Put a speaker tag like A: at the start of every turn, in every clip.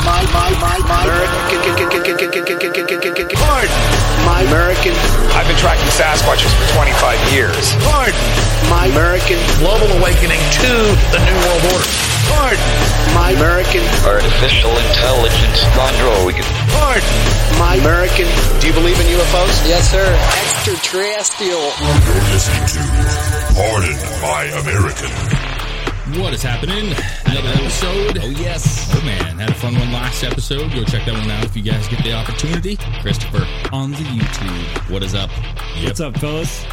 A: My, my, my, my American. Pardon. My American.
B: I've been tracking Sasquatches for 25 years.
A: Pardon. My American.
C: global awakening to the New World Order.
A: Pardon. My American.
D: Artificial intelligence android.
A: Pardon. My American. Do you believe in UFOs? Yes, sir. Extraterrestrial.
E: You're listening to Pardon My American.
F: What is happening? Another episode. Oh yes. Oh man, had a fun one last episode. Go check that one out if you guys get the opportunity. Christopher on the YouTube. What is up?
G: What's up, fellas?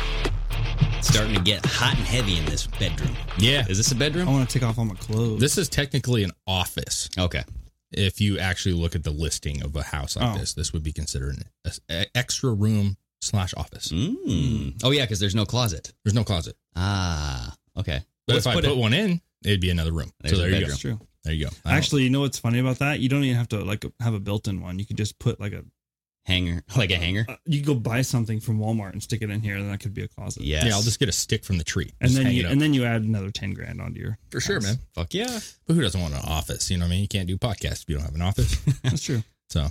H: starting to get hot and heavy in this bedroom.
F: Yeah.
H: Is this a bedroom?
G: I want to take off all my clothes.
F: This is technically an office.
H: Okay.
F: If you actually look at the listing of a house like
G: Oh.
F: this, this would be considered an a- extra room slash office.
H: Mm. Oh yeah, because there's no closet.
F: There's no closet.
H: Ah. Okay.
F: But
H: Let's
F: if I put,
H: it-
F: one in, it'd be another room.
H: There's
F: so
H: a
F: there you
H: bedroom.
F: go.
G: That's true.
F: There you go. I don't-
G: Actually, you know what's funny about that? You don't even have to like have a built-in one. You could just put like a
H: hanger, like a hanger.
G: uh, you could go buy something from Walmart and stick it in here, and that could be a closet.
H: Yes.
F: yeah, I'll just get a stick from the tree.
G: And
F: Just
G: then
F: hang
G: you
F: it up.
G: and then you add another ten grand onto your.
F: for sure,
G: house.
F: man.
H: Fuck yeah.
F: But who doesn't want an office? You know what I mean? You can't do podcasts if you don't have an office.
G: That's true.
F: So,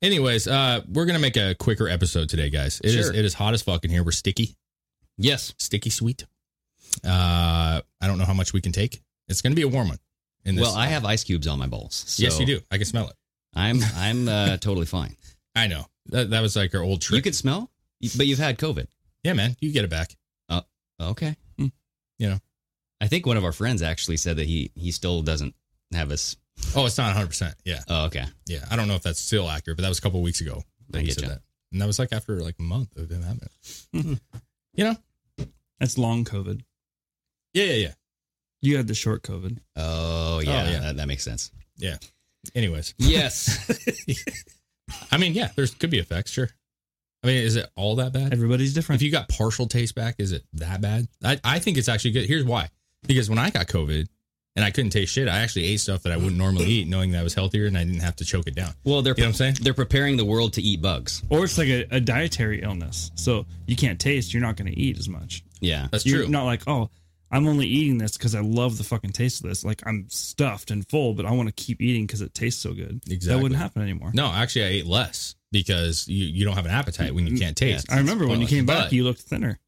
F: anyways, uh, we're gonna make a quicker episode today, guys. It is
H: Sure.
F: it is hot as fuck in here. We're sticky,
H: Yes.
F: sticky sweet. Uh, I don't know how much we can take. It's gonna be a warm one. In this,
H: Well, I have ice cubes on my bowls. so
F: yes, you do. I can smell it.
H: I'm I'm uh, totally fine.
F: I know that, that was like our old trick.
H: You can smell, but you've had COVID. Oh,
F: yeah, man, you get it back.
H: Okay.
G: Hmm.
F: You know.
H: I think one of our friends actually said that he he still doesn't have us.
F: Oh, it's not 100. percent Yeah,
H: Oh, okay.
F: yeah. I don't know if that's still accurate, but that was a couple weeks ago. that
H: I
F: he
H: get
F: said
H: ya.
F: that, and that was like after like a month of him having it. you know?
G: That's long COVID.
F: Yeah, yeah, yeah,
G: You had the short COVID.
H: Oh yeah.
F: yeah.
H: That, that makes sense.
F: yeah. Anyways,
H: Yes.
F: I mean, yeah, there's could be effects, sure. I mean, is it all that bad?
G: Everybody's different.
F: If you got partial taste back, is it that bad? I, I think it's actually good. Here's why. Because when I got COVID and I couldn't taste shit, I actually ate stuff that I wouldn't normally eat, knowing that I was healthier and I didn't have to choke it down.
H: well, they're
F: You know what I'm saying?
H: they're preparing the world to eat bugs.
G: or it's like a, a dietary illness, so you can't taste. You're not going to eat as much.
H: Yeah.
F: That's
G: you're
F: true.
G: not like oh. I'm only eating this because I love the fucking taste of this. Like I'm stuffed and full, but I want to keep eating because it tastes so good. That
F: Exactly.
G: wouldn't happen anymore.
F: No, actually, I ate less because you, you don't have an appetite when you can't taste.
G: I remember when you
F: Pointless.
G: came
F: But-
G: back, you looked thinner.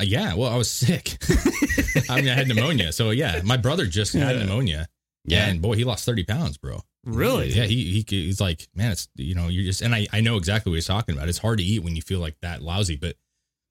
F: Uh, yeah, well, I was sick. I mean, I had pneumonia. So, yeah, my brother just had
G: Yeah.
F: pneumonia.
H: Yeah.
F: And boy, he lost 30 pounds, bro.
G: Really?
F: Yeah, he, he he's like, man, it's you know, you're just and I I know exactly what he's talking about. It's hard to eat when you feel like that lousy, but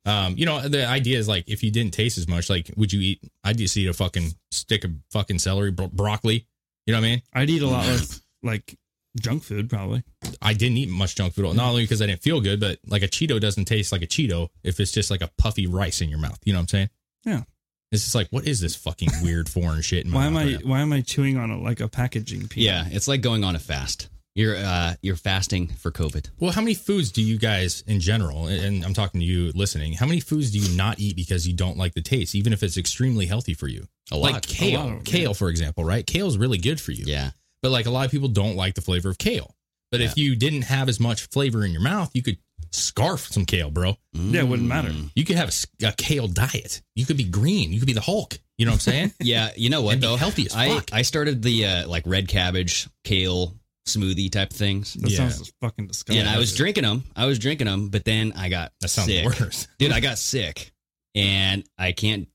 F: um, you know, the idea is like if you didn't taste as much, like would you eat? I'd just eat a fucking stick of fucking celery, bro- broccoli. You know what I mean?
G: I'd eat a lot less like junk food probably.
F: I didn't eat much junk food, not only because I didn't feel good, but like a Cheeto doesn't taste like a Cheeto if it's just like a puffy rice in your mouth. You know what I'm saying?
G: Yeah.
F: It's just like, what is this fucking weird foreign shit? In my
G: Why am
F: mouth
G: I
F: right now?
G: why am I chewing on a like a packaging piece?
H: Yeah, it's like going on a fast. You're uh you're fasting for COVID.
F: Well, how many foods do you guys in general, and- and I'm talking to you listening, how many foods do you not eat because you don't like the taste, even if it's extremely healthy for you?
H: A
F: Like
H: lot.
F: kale.
G: A lot of-
F: kale, for example, right? Kale's really good for you.
H: Yeah.
F: But like a lot of people don't like the flavor of kale. But if you didn't have as much flavor in your mouth, you could scarf some kale, bro.
G: Yeah, it wouldn't matter.
F: You could have a s- a, kale diet. You could be green. You could be the Hulk. You know what I'm saying?
H: Yeah, you know what
F: And be
H: though?
F: healthy as
H: I
F: fuck.
H: I started the uh like red cabbage kale smoothie type things.
G: That
F: Yeah.
G: sounds fucking disgusting.
H: and I was drinking them. I was drinking them, but then I got
F: That sounds
H: sick.
F: worse.
H: Dude, I got sick and I can't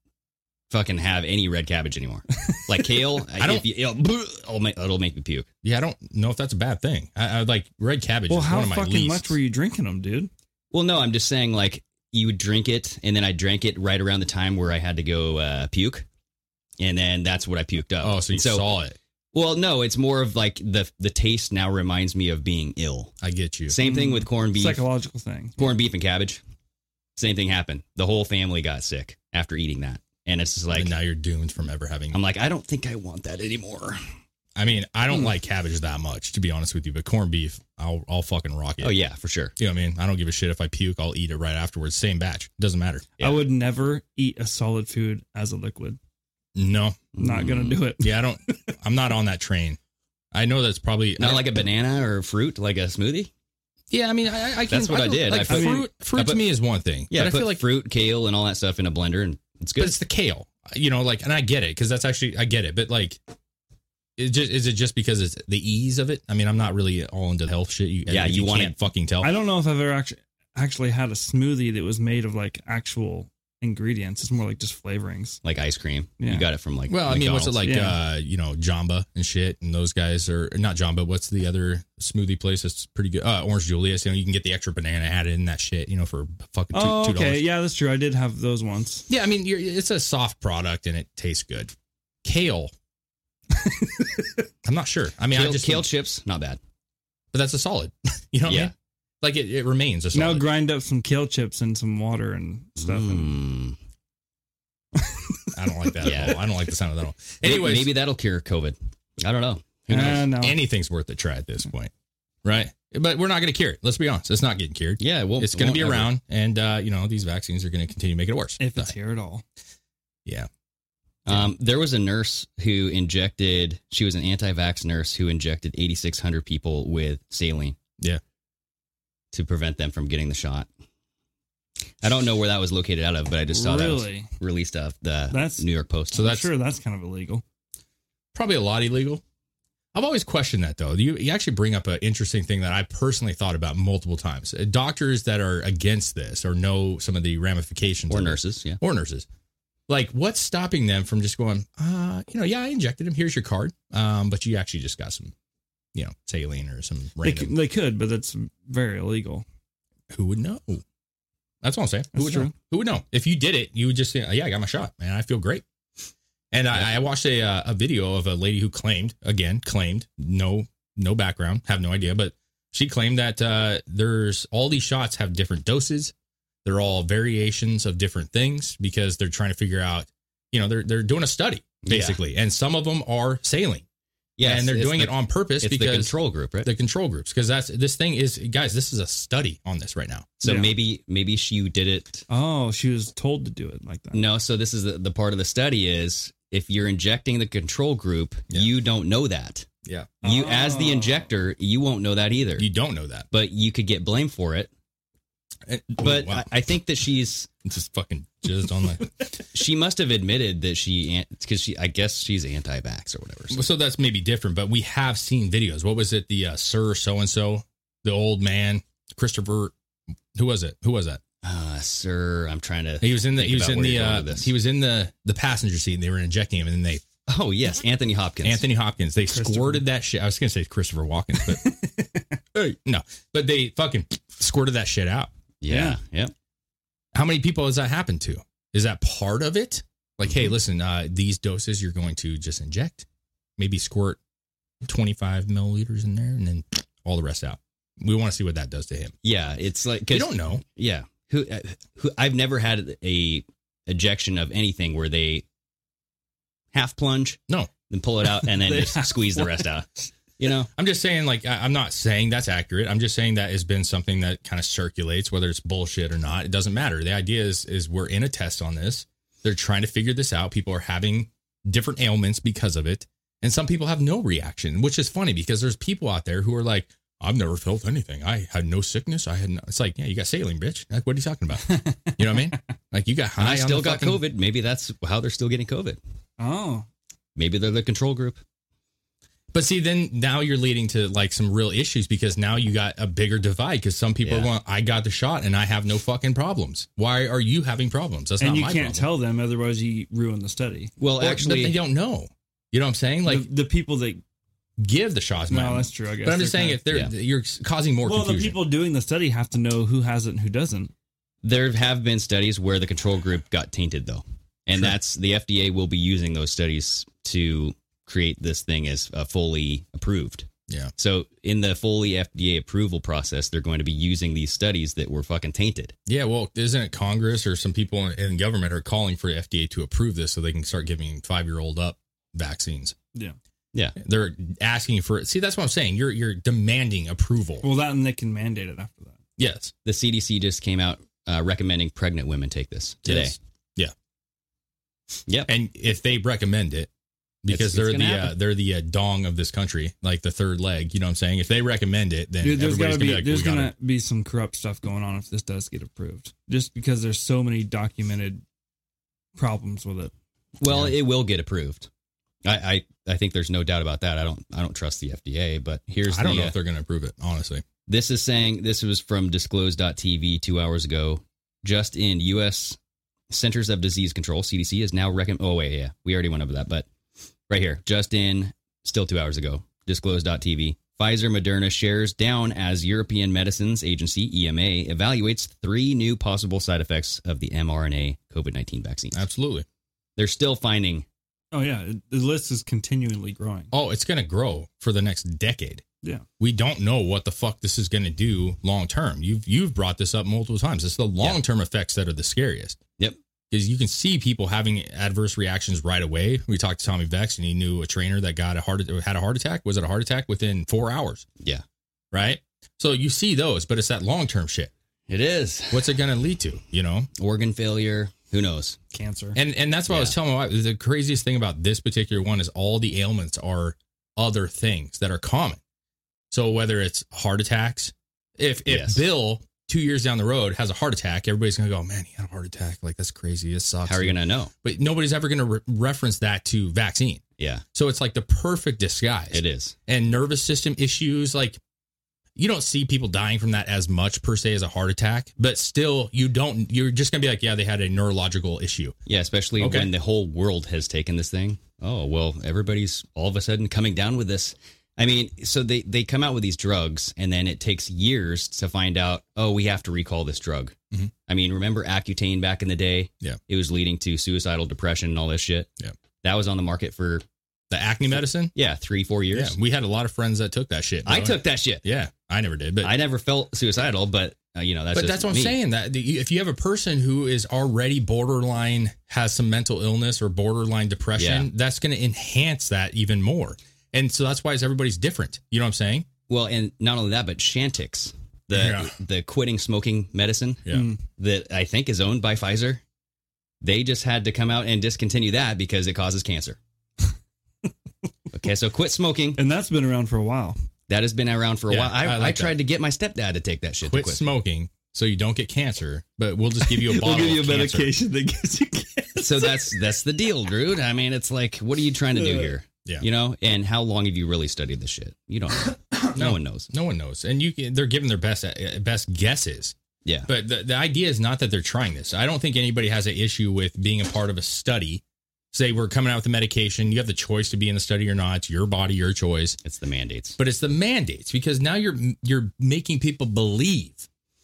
H: fucking have any red cabbage anymore. Like kale, I
F: don't-
H: if you, it'll, it'll make, it'll make me puke.
F: Yeah, I don't know if that's a bad thing. I, I like red cabbage.
G: Well,
F: is
G: how
F: one of my
G: fucking
F: least.
G: much were you drinking them, dude?
H: Well, no, I'm just saying like you would drink it and then I drank it right around the time where I had to go uh, puke. and then that's what I puked up.
F: Oh, so you
H: And
F: saw it.
H: Well, no, it's more of like the the taste now reminds me of being ill.
F: I get you.
H: Same thing with corned beef,
G: Psychological thing.
H: corned beef and cabbage. Same thing happened. The whole family got sick after eating that, and it's just like
F: and now you're doomed from ever having.
H: I'm like I don't think I want that anymore.
F: I mean, I don't
H: Mm.
F: like cabbage that much, to be honest with you, but corned beef, I'll I'll fucking rock it.
H: Oh yeah, for sure.
F: You know what I mean? I don't give a shit if I puke, I'll eat it right afterwards. Same batch. Doesn't matter.
G: I would never eat a solid food as a liquid.
F: No.
G: Not
H: Mm.
G: gonna
F: Mm.
G: do it.
F: Yeah, I don't I'm not on that train. I know that's probably
H: Not like a banana or fruit, like a smoothie.
F: Yeah, I mean I, I can
H: That's what I,
F: can-
H: did.
F: Like
H: I put-
F: fruit fruit
H: I put-
F: to me is one thing.
H: Yeah,
F: but I
H: put
F: feel like
H: fruit, kale, and all that stuff in a blender, and it's good.
F: but it's the kale. You know, like and I get it because that's actually I get it, but like it just is it just because it's the ease of it? I mean, I'm not really all into health shit. You,
H: Yeah, you want
F: can't
H: it-
F: fucking tell.
G: I don't know if I've ever actually actually had a smoothie that was made of like actual ingredients. It's more like just flavorings.
H: like ice cream.
G: Yeah.
H: You got it from like.
F: Well, I mean, what's it like?
H: McDonald's.
G: Yeah.
F: Uh, you know, Jamba and shit, and those guys are not Jamba. What's the other smoothie place that's pretty good? Uh, Orange Julius. You know, you can get the extra banana added in that shit. You know, for fucking two
G: Oh,
F: two
G: okay.
F: dollars.
G: Yeah, that's true. I did have those once.
F: Yeah, I mean, you're, it's a soft product and it tastes good. Kale. I'm not sure. I mean,
H: kale,
F: I just
H: kale chips, not bad.
F: but that's a solid. you know, what I
H: Yeah.
F: mean? Like it, it remains a
G: Now
F: solid.
G: grind up some kale chips and some water and stuff.
H: Mm.
G: And
F: I don't like that
H: Yeah.
F: at all. I don't like the sound of that at all.
H: Anyways,
F: Anyways,
H: maybe that'll cure COVID. I don't know. Who knows?
G: Uh, no.
F: anything's worth a try at this point, right? But we're not going to cure it. Let's be honest. It's not getting cured.
H: yeah, well,
F: it's going to be around, and uh, you know these vaccines are going to continue making it worse. Uh,
G: if it's here at all.
F: yeah,
H: Um, there was a nurse who injected. She was an anti-vax nurse who injected 8,600 people with saline.
F: Yeah.
H: To prevent them from getting the shot. I don't know where that was located out of, but I just saw that
G: really.
H: was released off the
G: That's-
H: New York Post.
F: So
G: I'm
F: that's-
G: sure that's kind of illegal.
F: probably a lot illegal. I've always questioned that though. You, you actually bring up an interesting thing that I personally thought about multiple times. Uh, Doctors that are against this or know some of the ramifications,
H: or
F: of it.
H: nurses, yeah.
F: or nurses. Like, what's stopping them from just going? Uh, you know, yeah, I injected him. Here's your card. Um, but you actually just got some, you know, saline or some
G: They, c-
F: random.
G: they could, but that's very illegal.
F: who would know? That's what I'm saying.
G: That's
F: who would
G: true.
F: know? Who would know? If you did it, you would just say, "Yeah, I got my shot, man. I feel great." And I, I watched a uh, a video of a lady who claimed, again, claimed no no background, have no idea, but she claimed that uh, there's all these shots have different doses. They're all variations of different things because they're trying to figure out. You know, they're they're doing a study basically, and some of them are saline.
H: Yes,
F: and they're
H: it's
F: doing
H: the-
F: it on purpose
H: It's the
F: because
H: control group, right?
F: the control groups because that's this thing is guys. This is a study on this right now.
H: so
G: Yeah.
H: maybe maybe she did it
G: Oh, she was told to do it like that.
H: No, so this is the, the part of the study is if you're injecting the control group, you don't know that.
F: Yeah.
H: You as the
G: Oh.
H: injector, you won't know that either.
F: You don't know that.
H: but you could get blamed for it. Uh, But
F: But wow.
H: I, I think that she's
F: just fucking jizzed on the.
H: she must have admitted that she because she I guess she's anti-vax or whatever. So.
F: so that's maybe different, but we have seen videos. What was it? The uh, Sir so and so, the old man, Christopher. Who was it? Who was that?
H: Uh, sir, I'm trying to.
F: He was in the.
H: think
F: He was
H: about
F: in
H: where
F: the.
H: you're going
F: Uh,
H: with this.
F: he was in the the passenger seat, and they were injecting him, and then they
H: Oh yes, Anthony Hopkins.
F: Anthony Hopkins. They squirted that shit. I was gonna say Christopher Walken, but Hey, no, but they fucking squirted that shit out.
H: Yeah. Yep.
F: How many people has that happened to? Is that part of it? Like, hey, listen, uh, these doses you're going to just inject, maybe squirt 25 milliliters in there and then all the rest out. We want to see what that does to him.
H: Yeah. It's like
F: You
H: because
F: don't know.
H: Yeah. Who, uh, who I've never had a ejection of anything where they half plunge,
F: No.
H: then pull it out and then
G: They
H: just
G: half
H: squeeze the rest out. You know?
F: I'm just saying, like, I, I'm not saying that's accurate. I'm just saying that has been something that kind of circulates, whether it's bullshit or not. It doesn't matter. The idea is, is we're in a test on this. They're trying to figure this out. People are having different ailments because of it, and some people have no reaction, which is funny because there's people out there who are like, "I've never felt anything. I had no sickness. I had." No. It's like, yeah, you got saline, bitch. Like, what are you talking about? You know what I mean? Like, you got high.
H: And I,
F: on the
H: still got
F: fucking-
H: COVID. Maybe that's how they're still getting COVID.
G: Oh,
H: Maybe they're the control group.
F: But see, then now you're leading to like some real issues because now you got a bigger divide because some people
H: Yeah.
F: are going, I got the shot and I have no fucking problems. Why are you having problems? That's
G: and
F: not
G: you
F: my
G: can't
F: problem.
G: tell them, otherwise you ruin the study.
H: Well,
F: Well,
H: actually,
F: they don't know. You know what I'm saying? Like,
G: the, the people that
F: give the shots.
G: No,
F: man.
G: that's true, I guess
F: But I'm
G: they're
F: just saying,
G: kind
F: if they're
H: of-
F: you're causing more
G: well, the
F: confusion.
G: people doing the study have to know who has it and who doesn't.
H: there have been studies where the control group got tainted, though. And that's the FDA will be using those studies to create this thing as uh, fully approved.
F: Yeah.
H: So in the fully FDA approval process, they're going to be using these studies that were fucking tainted.
F: Yeah, well, isn't it Congress or some people in, in government are calling for the FDA to approve this so they can start giving five year old up vaccines?
G: Yeah.
H: Yeah.
F: They're asking for it. See, that's what I'm saying. You're you're demanding approval.
G: Well, that and they can mandate it after that.
F: Yes.
H: The CDC just came out uh, recommending pregnant women take this today.
F: Yes. Yeah.
H: Yep.
F: And if they recommend it,
H: It's- it's
F: because they're,
H: gonna
F: the, uh,
H: happen.
F: they're the uh, dong of this country, like the third leg. You know what I'm saying? If they recommend it, then
G: Dude, there's
F: everybody's gonna
G: gotta
F: be,
G: be,
F: like,
G: there's
F: we gotta-
G: gonna be some corrupt stuff going on if this does get approved, just because there's so many documented problems with it.
H: Well, it will get approved. I, I I think there's no doubt about that. I don't I don't trust the FDA, but here's
F: I don't
H: the,
F: know
H: uh,
F: if they're going to approve it, honestly.
H: This is saying this was from disclose.tv two hours ago. Just in U.S. Centers of Disease Control, CDC is now recommend. Oh wait, yeah, we already went over that, but right here, just in still two hours ago, disclose.tv. Pfizer Moderna shares down as European Medicines Agency EMA evaluates three new possible side effects of the mRNA COVID nineteen vaccine.
F: Absolutely.
H: They're still finding
G: Oh yeah, it- the list is continually growing.
F: Oh, it's going to grow for the next decade.
G: Yeah,
F: We don't know what the fuck this is going to do long term. You've you've brought this up multiple times. It's the long term effects that are the scariest.
H: Yep.
F: Because you can see people having adverse reactions right away. We talked to Tommy Vex, and he knew a trainer that got a heart had a heart attack. Was it a heart attack within four hours?
H: Yeah.
F: Right. So you see those, but it's that long term shit.
H: It is.
F: What's it going to lead to? You know,
H: organ failure. Who knows?
G: cancer.
F: And and that's what I was telling my wife. The craziest thing about this particular one is all the ailments are other things that are common. So whether it's heart attacks, if if
H: Yes.
F: Bill two years down the road has a heart attack, everybody's gonna go, "Oh, man, he had a heart attack. Like that's crazy. This sucks.
H: How are you gonna know?
F: But nobody's ever gonna re- reference that to vaccine.
H: Yeah,
F: So it's like the perfect disguise.
H: it is.
F: And nervous system issues, like you don't see people dying from that as much per se as a heart attack, but still you don't. You're just gonna be like, yeah, they had a neurological issue.
H: Yeah, especially
F: Okay.
H: when the whole world has taken this thing. Oh well, everybody's all of a sudden coming down with this. I mean, so they they come out with these drugs, and then it takes years to find out. Oh, we have to recall this drug.
F: Mhm.
H: I mean, remember Accutane back in the day?
F: Yeah.
H: it was leading to suicidal depression and all this shit.
F: Yeah.
H: that was on the market for
F: The acne medicine.
H: yeah three four years.
F: Yeah, we had a lot of friends that took that shit.
H: I
F: bro.
H: took that shit.
F: Yeah, I never did, but
H: I never felt suicidal, but uh, you know that's
F: but
H: just
F: that's what I'm
H: me.
F: saying. That that you- if you have a person who is already borderline has some mental illness or borderline depression,
H: Yeah.
F: that's going to enhance that even more. And so that's why it's- everybody's different. You know what I'm saying?
H: Well, and not only that, but Chantix, the
F: Yeah.
H: the quitting smoking medicine
F: Yeah.
G: Mm.
H: that I think is owned by Pfizer, they just had to come out and discontinue that because it causes cancer. okay, so quit smoking.
G: and that's been around for a while.
H: That has been around for a
F: Yeah,
H: while. I,
F: I
H: I,
F: like
H: tried to get my stepdad to take that shit. to
F: Quit smoking so you don't get cancer, but we'll just give you a bottle of cancer.
G: that gives you cancer.
H: so that's that's the deal, dude. I mean, it's like, what are you trying to do here?
F: Yeah.
H: You know, and how long have you really studied this shit? You don't know. no. one knows.
F: No one knows, and you can- they're giving their best uh, best guesses.
H: Yeah.
F: But the, the idea is not that they're trying this. I don't think anybody has an issue with being a part of a study. Say we're coming out with a medication, you have the choice to be in the study or not. It's your body, your choice.
H: It's the mandates.
F: But it's the mandates because now you're you're making people believe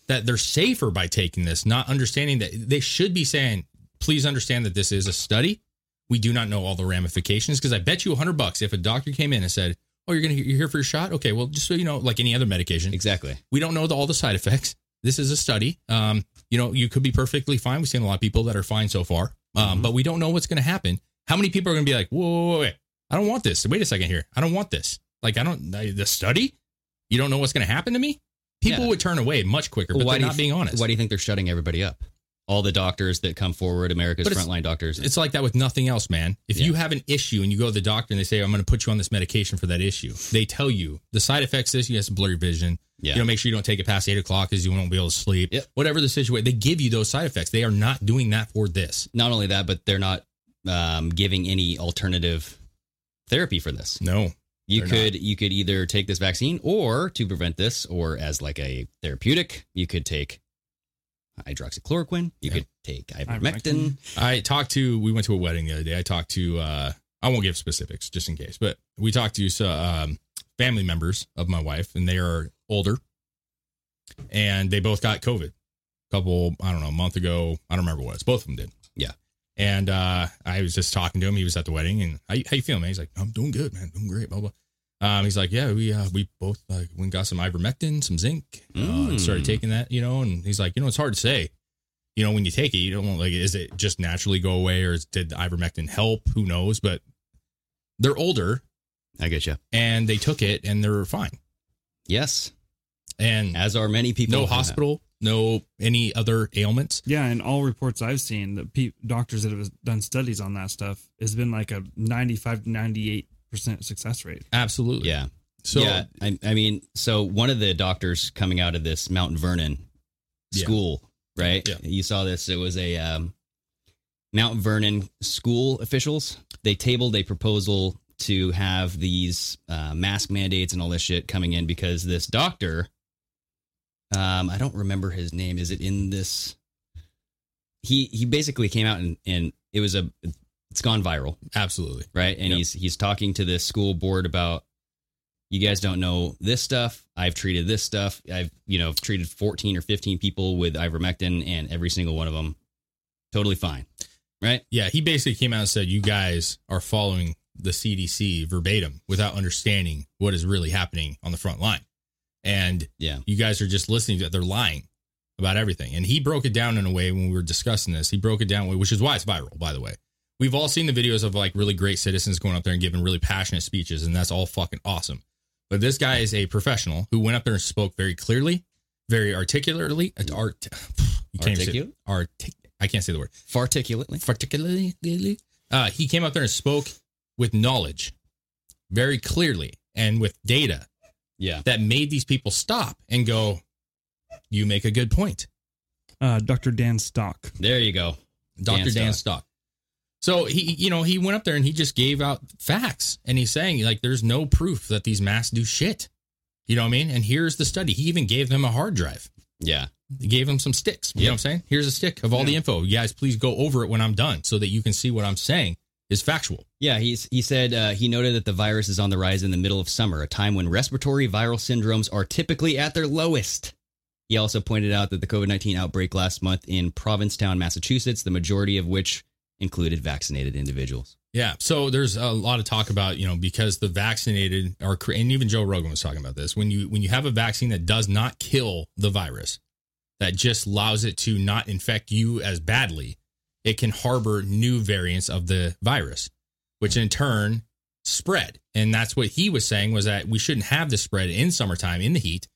F: that they're safer by taking this, not understanding that they should be saying, please understand that this is a study. We do not know all the ramifications because I bet you a hundred bucks if a doctor came in and said, "Oh, you're gonna you're here for your shot." Okay, well, just so you know, like any other medication,
H: Exactly.
F: we don't know the, all the side effects. This is a study. Um, you know, you could be perfectly fine. We've seen a lot of people that are fine so far, um,
H: Mm-hmm.
F: but we don't know what's going to happen. How many people are going to be like, whoa, whoa, whoa, wait, I don't want this. Wait a second here. I don't want this. Like, I don't, I- the study, you don't know what's going to happen to me? People
H: Yeah.
F: would turn away much quicker, but
H: why
F: they're
H: do
F: not
H: you-
F: being honest.
H: Why do you think they're shutting everybody up? All the doctors that come forward, America's
F: But it's-
H: frontline doctors.
F: it's like that with nothing else, man. If you
H: Yeah.
F: have an issue and you go to the doctor and they say, I'm going to put you on this medication for that issue, they tell you the side effects is you have some blurry vision.
H: Yeah.
F: You know, make sure you don't take it past eight o'clock because you won't be able to sleep.
H: Yep.
F: Whatever the situation, they give you those side effects. They are not doing that for this.
H: not only that, but they're not um, giving any alternative therapy for this.
F: No.
H: You
F: They're
H: could you could either take this vaccine or to prevent this, or as like a therapeutic, you could take hydroxychloroquine. You
F: Yeah.
H: could take ivermectin.
F: I talked to, we went to a wedding the other day. I talked to, uh, I won't give specifics just in case, but we talked to so, um, family members of my wife and they are older and they both got COVID a couple, I don't know, a month ago. I don't remember what it was. Both of them did.
H: Yeah.
F: And uh, I was just talking to him. He was at the wedding, and how, you- how you feeling, man? He's like, I'm doing good, man. Doing great, blah blah. Um, he's like, yeah, we uh, we both like we got some ivermectin, some zinc, uh, and
H: Mm.
F: started taking that, you know. And he's like, you know, it's hard to say. You know, when you take it, you don't like. Is it just naturally go away, or is, did the ivermectin help? Who knows? But they're older,
H: I get you.
F: and they took it, and they're fine.
H: Yes,
F: And
H: as are many people.
F: no hospital, no any other ailments.
G: Yeah, and all reports I've seen, the pe- doctors that have done studies on that stuff, has been like a 95 to 98% success rate.
F: Absolutely.
H: Yeah.
F: So-
H: yeah, I, I mean, so one of the doctors coming out of this Mount Vernon
F: Yeah.
H: school, right?
F: Yeah.
H: You saw this. It was a um, Mount Vernon school officials. They tabled a proposal to have these uh, mask mandates and all this shit coming in because this doctor, um, I don't remember his name. Is it in this? He he basically came out and and it was a it's gone viral
F: Absolutely.
H: right? And
F: Yep.
H: he's he's talking to the school board about you guys don't know this stuff. I've treated this stuff. I've you know treated 14 or 15 people with ivermectin, and every single one of them totally fine, right?
F: Yeah, he basically came out and said, "You guys are following the CDC verbatim without understanding what is really happening on the front line, and
H: Yeah,
F: you guys are just listening to they're lying about everything." And he broke it down in a way when we were discussing this. He broke it down, which is why it's viral, by the way. We've all seen the videos of like really great citizens going up there and giving really passionate speeches, and that's all fucking awesome. But this guy is a professional who went up there and spoke very clearly, very articulately. Art, you can't even say-
H: Articulate?
F: artic- I can't say the word
H: farticulately.
F: particularly uh, he came up there and spoke with knowledge very clearly and with data
H: Yeah,
F: that made these people stop and go you make a good point
G: Uh, Dr. Dan Stock.
H: there you go.
F: dr
H: Dan
F: dan
H: Stock.
F: stock so he you know he went up there and he just gave out facts and he's saying like there's no proof that these masks do shit you know what i mean and here's the study he even gave them a hard drive
H: Yeah,
F: He gave them some sticks. You know
H: Yep.
F: what I'm saying? Here's a stick of all the info. You guys, please go over it when I'm done so that you can see what I'm saying is factual.
H: Yeah, he's he said uh, he noted that the virus is on the rise in the middle of summer, a time when respiratory viral syndromes are typically at their lowest. He also pointed out that the COVID nineteen outbreak last month in Provincetown, Massachusetts, the majority of which included vaccinated individuals.
F: Yeah. So there's a lot of talk about, you know, because the vaccinated are, cr- and even Joe Rogan was talking about this. When you, when you have a vaccine that does not kill the virus, that just allows it to not infect you as badly, it can harbor new variants of the virus, which in turn spread. And that's what he was saying was that we shouldn't have this spread in summertime in the heat.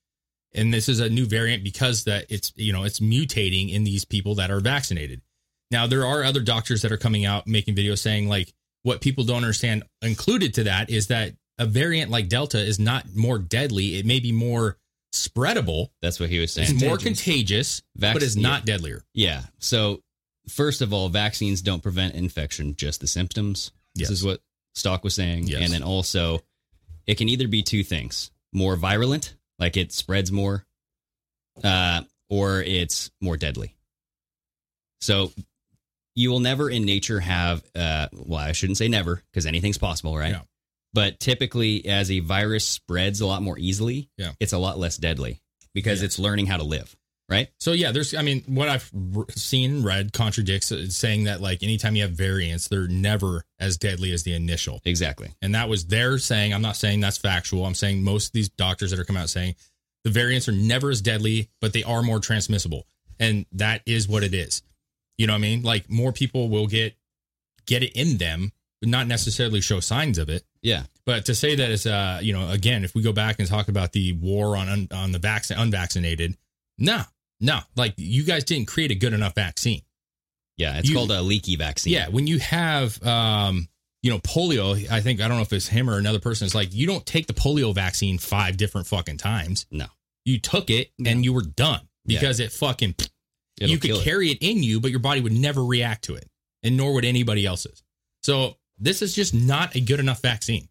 F: And this is a new variant because that it's, you know, it's mutating in these people that are vaccinated. Now, there are other doctors that are coming out making videos saying, like, what people don't understand included to that is that a variant like Delta is not more deadly. It may be more spreadable.
H: That's what he was
F: It's
H: saying.
F: more contagious, but it's
H: Vaccine-
F: not deadlier.
H: Yeah. So, first of all, vaccines don't prevent infection, just the symptoms.
F: Yes.
H: This is what Stock was saying.
F: Yes.
H: And then also, it can either be two things more virulent, like it spreads more, uh, or it's more deadly. So, you will never in nature have, uh, well, I shouldn't say never because anything's possible, right?
F: Yeah.
H: But typically, as a virus spreads a lot more easily,
F: Yeah.
H: it's a lot less deadly because
F: Yeah.
H: it's learning how to live, right?
F: So yeah, there's. I mean, what I've r- seen read contradicts it, saying that like anytime you have variants, they're never as deadly as the initial.
H: Exactly.
F: And that was their saying. I'm not saying that's factual. I'm saying most of these doctors that are coming out saying the variants are never as deadly, but they are more transmissible, and that is what it is. You know what I mean? Like more people will get get it in them, but not necessarily show signs of it.
H: Yeah.
F: But to say that it's uh, you know, again, if we go back and talk about the war on un, on the vaccine unvaccinated, no, no, like you guys didn't create a good enough vaccine.
H: Yeah, it's
F: You-
H: called a leaky vaccine.
F: Yeah, when you have um, you know, polio, I think I don't know if it's him or another person. It's like you don't take the polio vaccine five different fucking times.
H: No.
F: you took it and you were done because it fucking
H: It'll
F: you could
H: kill it.
F: carry it in you, but your body would never react to it, and nor would anybody else's. So this is just not a good enough vaccine.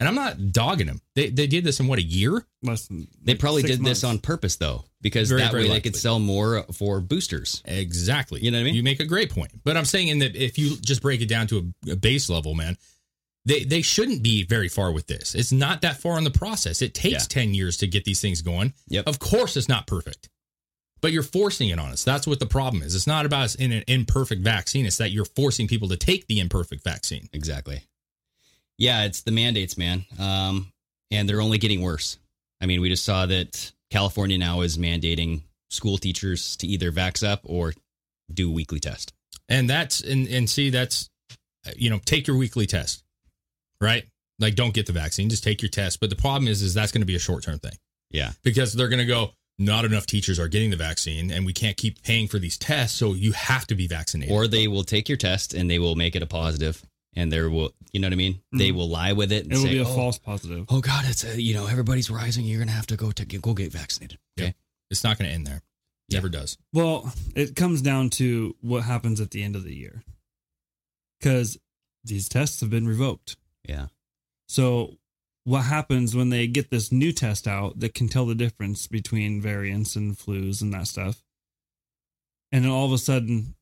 F: And I'm not dogging them. They they did this in what a year?
G: Less than
H: They probably
G: six
H: did this on
G: months.
H: purpose though, because
F: Very,
H: that
F: very
H: way they
F: likely.
H: could sell more for boosters.
F: Exactly.
H: You know what I mean?
F: You make a great point. But I'm saying in that if you just break it down to a, a base level, man, they they shouldn't be very far with this. It's not that far in the process. It takes
H: Yeah.
F: 10 years to get these things going.
H: Yep.
F: Of course it's not perfect. but you're forcing it on us. That's what the problem is. It's not about us in an imperfect vaccine. It's that you're forcing people to take the imperfect vaccine.
H: Exactly. Yeah, it's the mandates, man. Um, and they're only getting worse. I mean, we just saw that California now is mandating school teachers to either vax up or do a weekly test.
F: And that's and and see that's you know take your weekly test, right? Like don't get the vaccine, just take your test. But the problem is, is that's going to be a short term thing.
H: Yeah.
F: because they're going to go not enough teachers are getting the vaccine and we can't keep paying for these tests so you have to be vaccinated
H: Or they will take your test and they will make it a positive, and there will, you know what I mean? They
G: Mhm.
H: will lie with it. And
G: It will
H: say,
G: be a
H: "Oh,
G: false positive.
H: Oh God, it's a you know everybody's rising. You're gonna have to go to get, go get vaccinated. Okay,
F: it's not going to end there never does
G: Well, it comes down to what happens at the end of the year. Because these tests have been revoked.
H: Yeah.
G: So, what happens when they get this new test out that can tell the difference between variants and flus and that stuff? And then all of a sudden,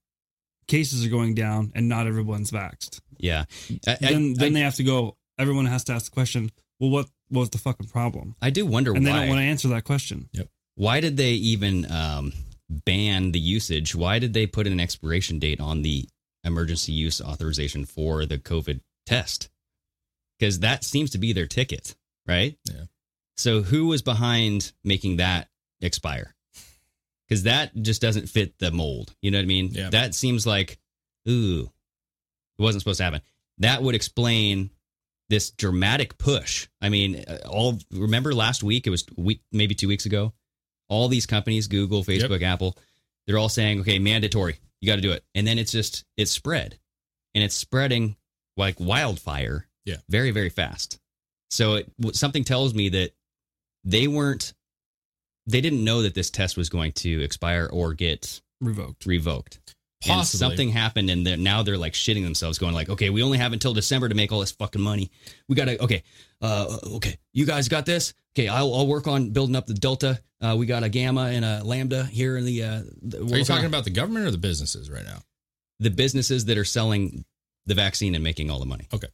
G: cases are going down and not everyone's vaxxed.
H: Yeah. I, I,
G: then then
H: I,
G: they have to go, everyone has to ask the question, well, what, what was the fucking problem?
H: I do wonder
G: and
H: why.
G: they don't want to answer that question.
H: why did they even um, ban the usage? Why did they put an expiration date on the emergency use authorization for the COVID test? Because that seems to be their ticket, right?
F: Yeah.
H: So who was behind making that expire? Because that just doesn't fit the mold. You know what I mean?
F: Yeah.
H: That seems like, ooh, it wasn't supposed to happen. That would explain this dramatic push. I mean, uh, all remember last week it was a week maybe 2 weeks ago, all these companies, Google, Facebook, Apple, they're all saying, "Okay, mandatory. You got to do it." And then it's just it's spread. And it's spreading like wildfire.
F: Yeah.
H: Very very fast. So it w- something tells me that they weren't they didn't know that this test was going to expire or get
G: Revoked.
H: revoked. And
F: Possibly.
H: something happened, and they're, now they're like shitting themselves, going like, "Okay, we only have until December to make all this fucking money. We gotta okay, uh, okay. You guys got this. Okay, I'll, I'll work on building up the delta. Uh, we got a gamma and a lambda here in the. Uh, the
F: are you talking about the government or the businesses right now
H: the businesses that are selling the vaccine and making all the money?
F: Okay.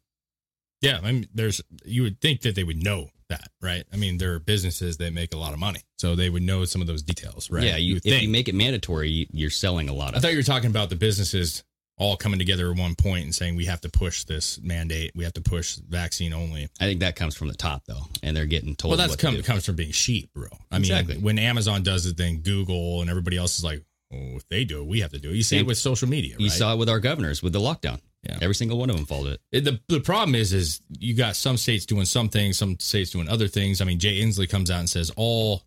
F: yeah i mean there's you would think that they would know that right i mean there are businesses that make a lot of money so they would know some of those details right
H: Yeah, you,
F: would
H: if you make it mandatory, you- you're selling a lot
F: I
H: of.
F: thought you were talking about the businesses all coming together at one point and saying we have to push this mandate, we have to push vaccine only.
H: I think that comes from the top though, and they're getting told.
F: well, that's
H: what
F: come,
H: to do.
F: comes from being sheep, bro. I
H: Exactly.
F: mean, when Amazon does it, then Google and everybody else is like, "Oh, if they do it, we have to do it." You see
H: Same-
F: it with social media.
H: You
F: right?
H: saw it with our governors with the lockdown.
F: Yeah.
H: every single one of them followed it.
F: It- the the problem is is you got some states doing some things, some states doing other things. I mean, Jay Inslee comes out and says all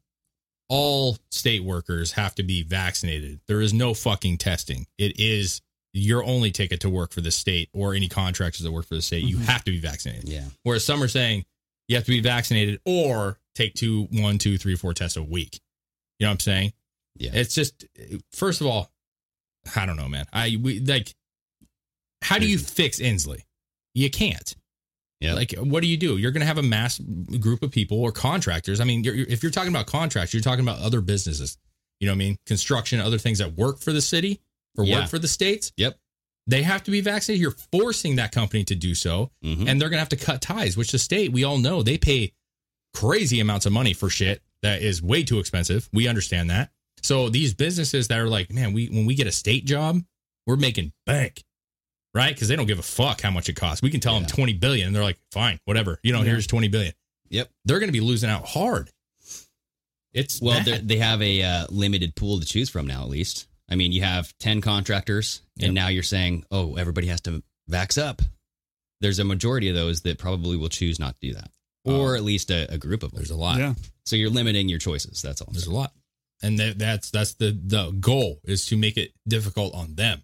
F: all state workers have to be vaccinated. There is no fucking testing. It is your only ticket to work for the state or any contractors that work for the state. You
H: Mhm.
F: have to be vaccinated.
H: Yeah.
F: Whereas some are saying you have to be vaccinated or take two, one, two, three, four tests a week. You know what I'm saying?
H: Yeah.
F: It's just first of all, I don't know, man. I we like how do you fix Inslee? You can't.
H: Yeah.
F: Like, what do you do? You're going to have a mass group of people or contractors. I mean, you're, you're- if you're talking about contracts, you're talking about other businesses. You know what I mean? Construction, other things that work for the city or
H: Yeah.
F: work for the states.
H: Yep.
F: They have to be vaccinated. You're forcing that company to do so,
H: Mhm.
F: and they're going to have to cut ties. Which the state, we all know, they pay crazy amounts of money for shit that is way too expensive. We understand that. So these businesses that are like, man, we when we get a state job, we're making bank, right? Because they don't give a fuck how much it costs. We can tell them
H: Yeah.
F: twenty billion, and they're like, fine, whatever. You know,
G: Yeah.
F: here's twenty billion.
H: Yep.
F: They're going to be losing out hard. It's
H: Well,
F: bad.
H: they're- they have a uh, limited pool to choose from now, at least. I mean, you have 10 contractors,
F: Yep.
H: and now you're saying, oh, everybody has to vax up. There's a majority of those that probably will choose not to do that, or at least a, a group of them.
F: there's a lot.
G: Yeah.
H: So you're limiting your choices. That's all. I'm
F: There's a
H: saying.
F: lot, and that, that's that's the the goal is to make it difficult on them.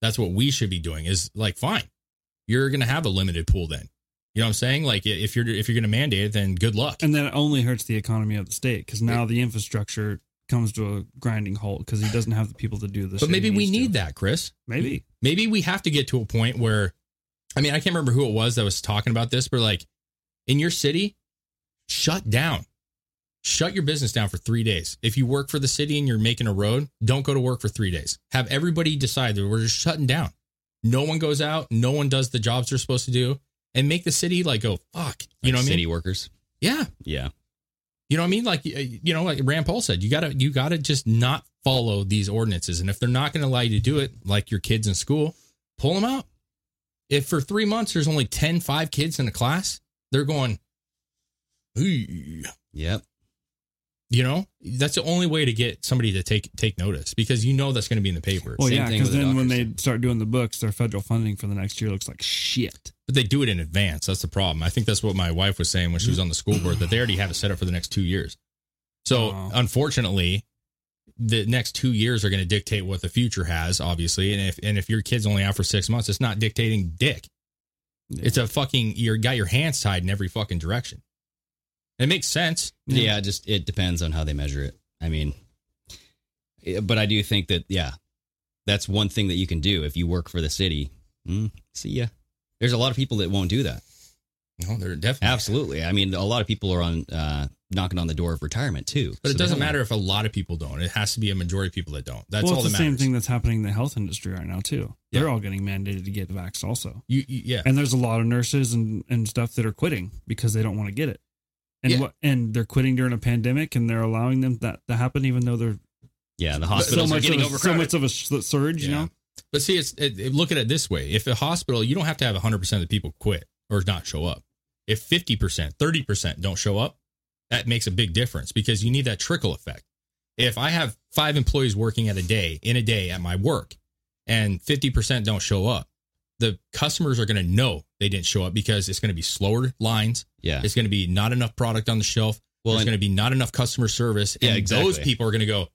F: That's what we should be doing. Is like, fine, you're going to have a limited pool then. You know what I'm saying? Like, if you're if you're going to mandate it, then good luck.
G: And that only hurts the economy of the state because now the infrastructure comes to a grinding halt because he doesn't have the people to do this.
F: but maybe we need that, Chris.
G: Maybe.
F: maybe we have to get to a point where I mean, I can't remember who it was that was talking about this, but like in your city, shut down. Shut your business down for three days. If you work for the city and you're making a road, don't go to work for three days. Have everybody decide that we're just shutting down. No one goes out, no one does the jobs they're supposed to do, and make the city like go, fuck. You know
H: Like
F: what I
H: City
F: mean?
H: workers.
F: Yeah.
H: Yeah.
F: You know what I mean? Like uh, you know, like Rand Paul said, you gotta you gotta just not follow these ordinances. And if they're not going to allow you to do it, like your kids in school, pull them out. If for three months there's only 10, five kids in a class, they're going, Ooh.
H: Yep.
F: You know, that's the only way to get somebody to take take notice because you know that's going to be in the paper.
G: Well,
H: Same
G: yeah,
H: thing
G: because
H: with the
G: then when they start doing the books, their federal funding for the next year looks like shit.
F: But they do it in advance. That's the problem. I think that's what my wife was saying when she was on the school board that they already have it set up for the next two years. So
G: Oh.
F: unfortunately, the next two years are going to dictate what the future has, obviously. And if and if your kid's only out for six months, it's not dictating dick. It's a fucking you got your hands tied in every fucking direction. It makes sense.
H: Yeah. it just it depends on how they measure it. I mean, eh, but I do think that yeah, that's one thing that you can do if you work for the city. Mm, see ya. There's a lot of people that won't do that.
F: No, they're definitely
H: Absolutely. I mean, a lot of people are on uh, knocking on the door of retirement too. So
F: But it
H: they
F: doesn't
H: don't
F: matter if a lot of people don't. It has to be a majority of people that don't. That's
G: well,
F: all
G: it's
F: that
G: the
F: matters.
G: same thing that's happening in the health industry right now too.
F: Yeah.
G: They're all getting mandated to get vaxxed also,
F: You, you yeah.
G: and there's a lot of nurses and, and stuff that are quitting because they don't want to get it, and
F: Yeah.
G: what and they're quitting during a pandemic, and they're allowing them that to happen even though they're
H: Yeah, the hospitals
G: so
H: are
G: much
H: getting
G: of a, so
H: overcrowded.
G: much of a s- surge, you
F: Yeah.
G: know.
F: But see, it's it, it- look at it this way: if a hospital, you don't have to have 100 percent of the people quit or not show up. If 50 percent, 30 percent don't show up, that makes a big difference because you need that trickle effect. If I have five employees working at a day in a day at my work, and 50 percent don't show up, the customers are going to know they didn't show up because it's going to be slower lines.
H: yeah.
F: It's going to be not enough product on the shelf.
H: Well,
F: Well, there's
H: and-
F: going to be not enough customer service,
H: Yeah,
F: and those
H: exactly.
F: people are going to go,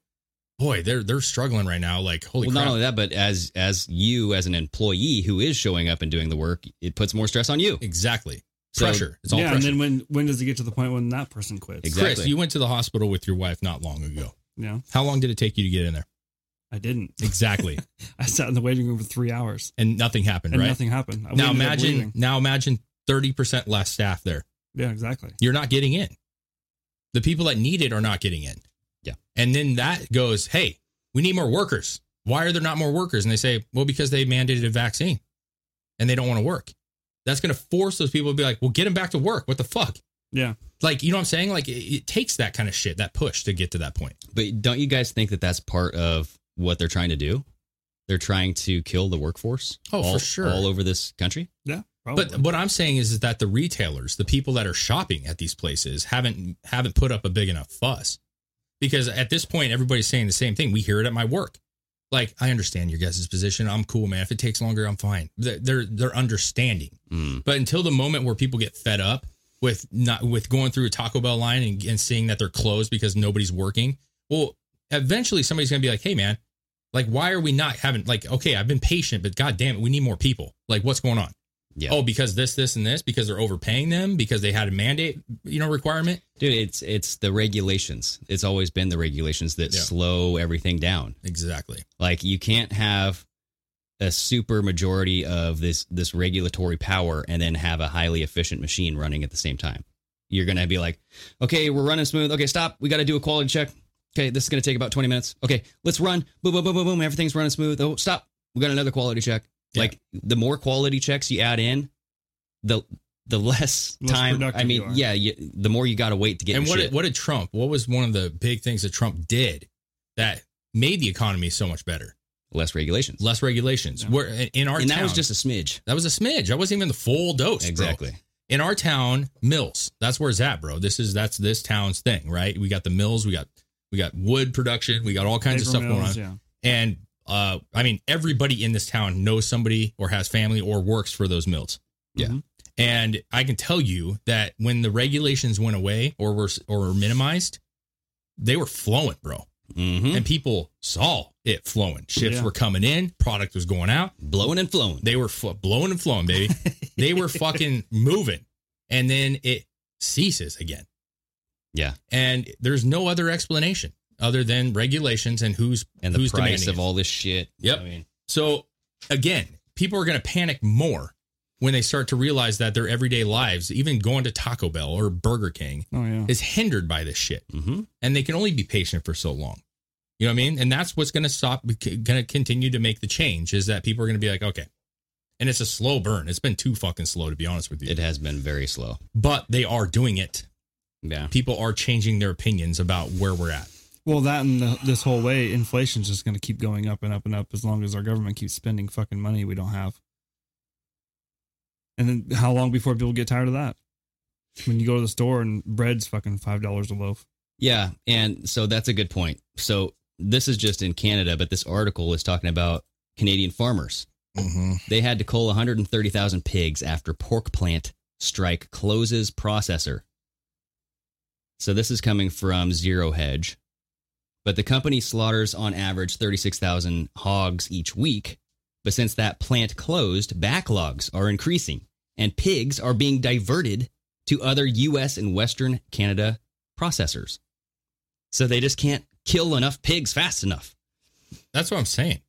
F: "Boy, they're they're struggling right now." Like, holy
H: Well,
F: crap!
H: not only that, but as as you as an employee who is showing up and doing the work, it puts more stress on you.
F: Exactly.
H: So-
F: pressure. It's all
G: yeah,
F: pressure.
G: and then when when does it get to the point when that person quits?
H: Exactly.
F: Chris, you went to the hospital with your wife not long ago.
G: Yeah,
F: How long did it take you to get in there?
G: I didn't.
F: Exactly.
G: I sat in the waiting room for three hours
F: and nothing happened,
G: and
F: right?
G: nothing happened. I
F: now
G: ended up
F: imagine
G: leaving.
F: now imagine 30% less staff there.
G: Yeah, exactly.
F: You're not getting in. The people that need it are not getting in.
H: Yeah.
F: And then that goes, "Hey, we need more workers." Why are there not more workers? And they say, "Well, because they mandated a vaccine and they don't want to work." That's going to force those people to be like, "Well, get them back to work. What the fuck?"
G: Yeah.
F: Like, you know what I'm saying? Like it, it takes that kind of shit, that push to get to that point.
H: But don't you guys think that that's part of what they're trying to do? They're trying to kill the workforce.
F: Oh, for
H: all,
F: sure.
H: all over this country.
G: Yeah, probably.
F: But what I'm saying is, is that the retailers, the people that are shopping at these places, haven't haven't put up a big enough fuss, because at this point, everybody's saying the same thing. We hear it at my work. Like, I understand your guys' position. I'm cool, man. If it takes longer, I'm fine. They're- They're they're understanding.
H: Mm.
F: But until the moment where people get fed up with not with going through a Taco Bell line and, and seeing that they're closed because nobody's working, well, eventually somebody's gonna be like, "Hey, man, like, why are we not having like? Okay, I've been patient, but god damn it, we need more people. Like, what's going on?
H: Yeah.
F: Oh, because this, this, and this, because they're overpaying them, because they had a mandate, you know, requirement.
H: Dude, it's it's the regulations. It's always been the regulations that
F: Yeah.
H: slow everything down.
F: Exactly.
H: Like you can't have a super majority of this this regulatory power and then have a highly efficient machine running at the same time. You're gonna be like, okay, we're running smooth. Okay, stop. We got to do a quality check. Okay, this is gonna take about 20 minutes. Okay, let's run. Boom, boom, boom, boom, boom. Everything's running smooth. Oh, stop. We got another quality check.
F: Yeah.
H: Like the more quality checks you add in, the the less,
G: Less
H: time. I
G: productive you
H: mean,
G: are.
H: yeah, you, the more you got to wait to get.
F: and
H: your
F: what
H: shit.
F: did, what did Trump? What was one of the big things that Trump did that made the economy so much better?
H: less regulations.
F: Less regulations.
G: Yeah.
F: Where in our
H: and
F: town,
H: that was just a smidge.
F: that was a smidge. That wasn't even the full dose. bro.
H: Exactly.
F: in our town mills that's where it's at bro this is that's this town's thing right we got the mills we got we got wood production we got all kinds of
G: Paper
F: stuff going on
G: mills, Yeah.
F: and uh i mean everybody in this town knows somebody or has family or works for those mills
H: Yeah.
G: Mhm.
F: and i can tell you that when the regulations went away or were or were minimized they were flowing bro
H: Mm-hmm.
F: and people saw it flowing ships
G: Yeah.
F: were coming in product was going out
H: blowing and flowing.
F: they were fl- blowing and flowing, baby. they were fucking moving, and then it ceases again.
H: Yeah.
F: And there's no other explanation other than regulations and who's
H: and the
F: who's
H: price
F: demanding
H: of
F: it.
H: all this shit.
F: Yep.
H: I mean,
F: So again, people are going to panic more when they start to realize that their everyday lives, even going to Taco Bell or Burger King,
G: Oh yeah.
F: is hindered by this shit,
H: hmm
F: and they can only be patient for so long. You know what I mean? And that's what's going to stop, going to continue to make the change is that people are going to be like, okay. And it's a slow burn. It's been too fucking slow, to be honest with you.
H: it has been very slow.
F: but they are doing it.
H: Yeah.
F: People are changing their opinions about where we're at.
G: Well, that and the, this whole way, inflation's just going to keep going up and up and up as long as our government keeps spending fucking money we don't have. And then how long before people get tired of that? When you go to the store and bread's fucking five dollars a loaf.
H: Yeah, and so that's a good point. So this is just in Canada, but this article is talking about Canadian farmers.
F: Mm-hmm.
H: They had to cull 130,000 pigs after pork plant strike closes processor. So this is coming from Zero Hedge. But the company slaughters on average 36,000 hogs each week. But since that plant closed, backlogs are increasing and pigs are being diverted to other US and Western Canada processors. So they just can't kill enough pigs fast enough.
F: That's what I'm saying.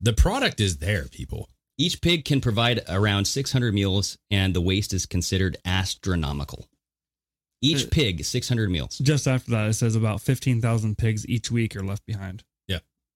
F: The product is there, people.
H: Each pig can provide around 600 meals, and the waste is considered astronomical. Each
G: Uh,
H: pig, 600 meals.
G: Just after that, it says about fifteen thousand pigs each week are left behind.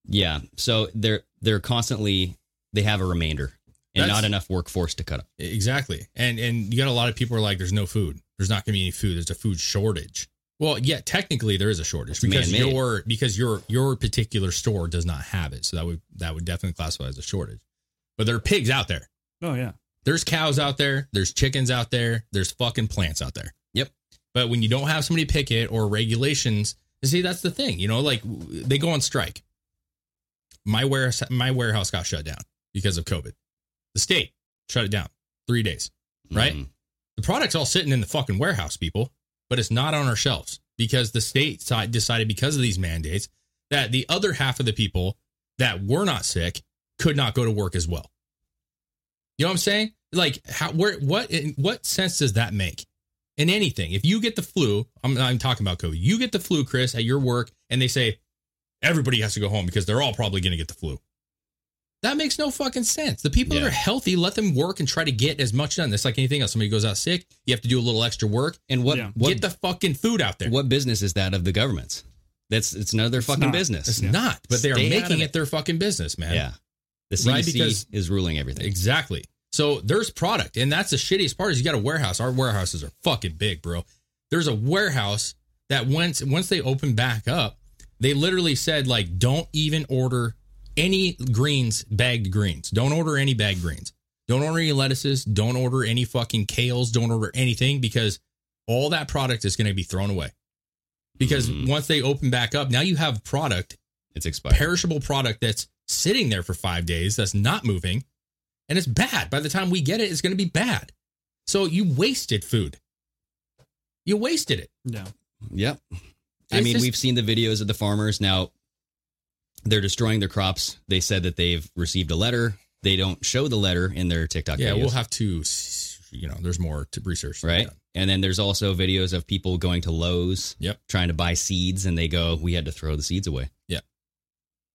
H: Yeah, so they're they're constantly they have a remainder and
F: That's-
H: not enough workforce to cut up.
F: Exactly. And and you got a lot of people are like, there's no food. There's not going to be any food. There's a food shortage. Well, yeah, technically there is a shortage
H: It's
F: because
H: man-made.
F: your because your your particular store does not have it. So that would that would definitely classify as a shortage. But there are pigs out there.
G: Oh yeah.
F: There's cows out there. There's chickens out there. There's fucking plants out there.
H: Yep.
F: But when you don't have somebody pick it or regulations, you see that's the thing. You know, like w- they go on strike. My warehouse, my warehouse got shut down because of COVID. The state shut it down three days. Right.
H: Mhm.
F: The product's all sitting in the fucking warehouse, people, but it's not on our shelves because the state si- decided because of these mandates that the other half of the people that were not sick could not go to work as well. You know what I'm saying? Like, how, where, what, in what sense does that make in anything? If you get the flu, I'm, I'm talking about COVID. You get the flu, Chris, at your work, and they say everybody has to go home because they're all probably going to get the flu. That makes no fucking sense. The people that
H: Yeah.
F: are healthy, let them work and try to get as much done. That's like anything else. Somebody goes out sick, you have to do a little extra work.
H: And what
G: Yeah.
H: what
F: get the fucking food out there.
H: what business is that of the government's? That's it's none of their fucking
G: not.
H: business.
F: It's not, but they are
H: Stay out of
F: making
H: it.
F: it their fucking business, man.
H: Yeah. The CDC
F: Right, because-
H: is ruling everything.
F: Exactly. So there's product, and that's the shittiest part is you got a warehouse. Our warehouses are fucking big, bro. There's a warehouse that once once they open back up, they literally said like, don't even order any greens, bagged greens. Don't order any bagged greens. Don't order any lettuces. Don't order any fucking kales. Don't order anything because all that product is going to be thrown away. Because
H: Mhm.
F: once they open back up, now you have product
H: It's expired.
F: perishable product that's sitting there for five days that's not moving and it's bad by the time we get it it's going to be bad so you wasted food you wasted it
G: Yeah.
H: Yep. I
F: It's
H: mean,
F: just-
H: we've seen the videos of the farmers now. They're destroying their crops. They said that they've received a letter. They don't show the letter in their TikTok.
F: yeah
H: videos,
F: we'll have to s- you know there's more to research to be
H: right.
F: done.
H: And then there's also videos of people going to Lowe's,
F: Yep.
H: trying to buy seeds, and they go, "We had to throw the seeds away."
F: Yeah.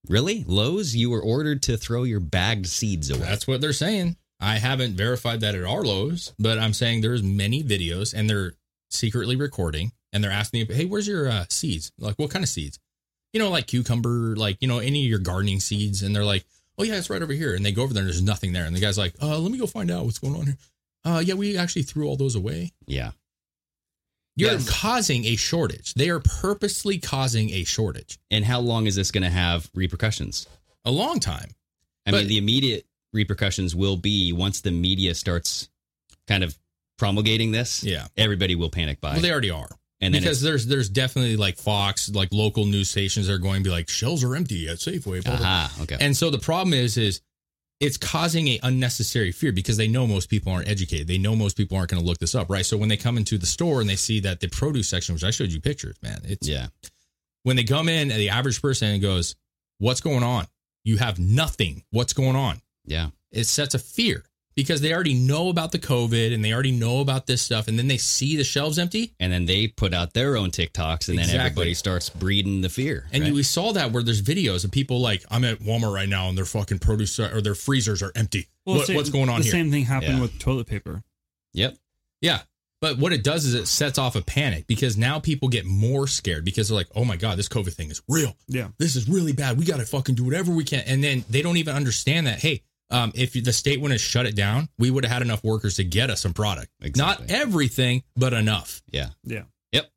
H: Really, Lowe's? You were ordered to throw your bagged seeds away.
F: that's what they're saying i haven't verified that at our lows but i'm saying there's many videos and they're secretly recording and they're asking me hey where's your uh, seeds like what kind of seeds you know like cucumber like you know any of your gardening seeds and they're like oh yeah, it's right over here. And they go over there and there's nothing there. And the guy's like, uh, let me go find out what's going on here. Uh, yeah, we actually threw all those away.
H: yeah.
F: You're
H: Yes.
F: causing a shortage. They are purposely causing a shortage.
H: And how long is this going to have repercussions?
F: A long time.
H: I
F: But-
H: mean, the immediate repercussions will be once the media starts kind of promulgating this.
F: Yeah.
H: everybody will panic buy.
F: Well, they already are.
H: and then
F: because
H: because
F: there's there's definitely like Fox, like local news stations are going to be like, shelves are empty at Safeway. blah, blah, blah.
H: aha, okay,
F: And so the problem is, is it's causing a unnecessary fear because they know most people aren't educated. They know most people aren't going to look this up, right? So when they come into the store and they see that the produce section, which I showed you pictures, man, it's
H: yeah,
F: when they come in, the average person goes, "What's going on? You have nothing. What's going on?"
H: yeah,
F: It sets a fear because they already know about the COVID and they already know about this stuff, and then they see the shelves empty.
H: and then they put out their own TikToks, and then
F: Exactly.
H: everybody starts breeding the fear.
F: And
H: right?
F: you, we saw that where there's videos of people like, "I'm at Walmart right now, and their fucking produce or their freezers are empty. What-
G: sa-
F: what's going on
G: the
F: here?"
G: same thing happened
H: Yeah.
G: with toilet paper.
H: yep,
F: Yeah. But what it does is it sets off a panic because now people get more scared because they're like, oh my God, this COVID thing is real.
G: Yeah.
F: This is really bad. We got to fucking do whatever we can. And then they don't even understand that, hey, um, if the state wouldn't have shut it down, we would have had enough workers to get us some product.
H: Exactly.
F: Not everything, but enough.
H: yeah,
G: Yeah.
H: yep.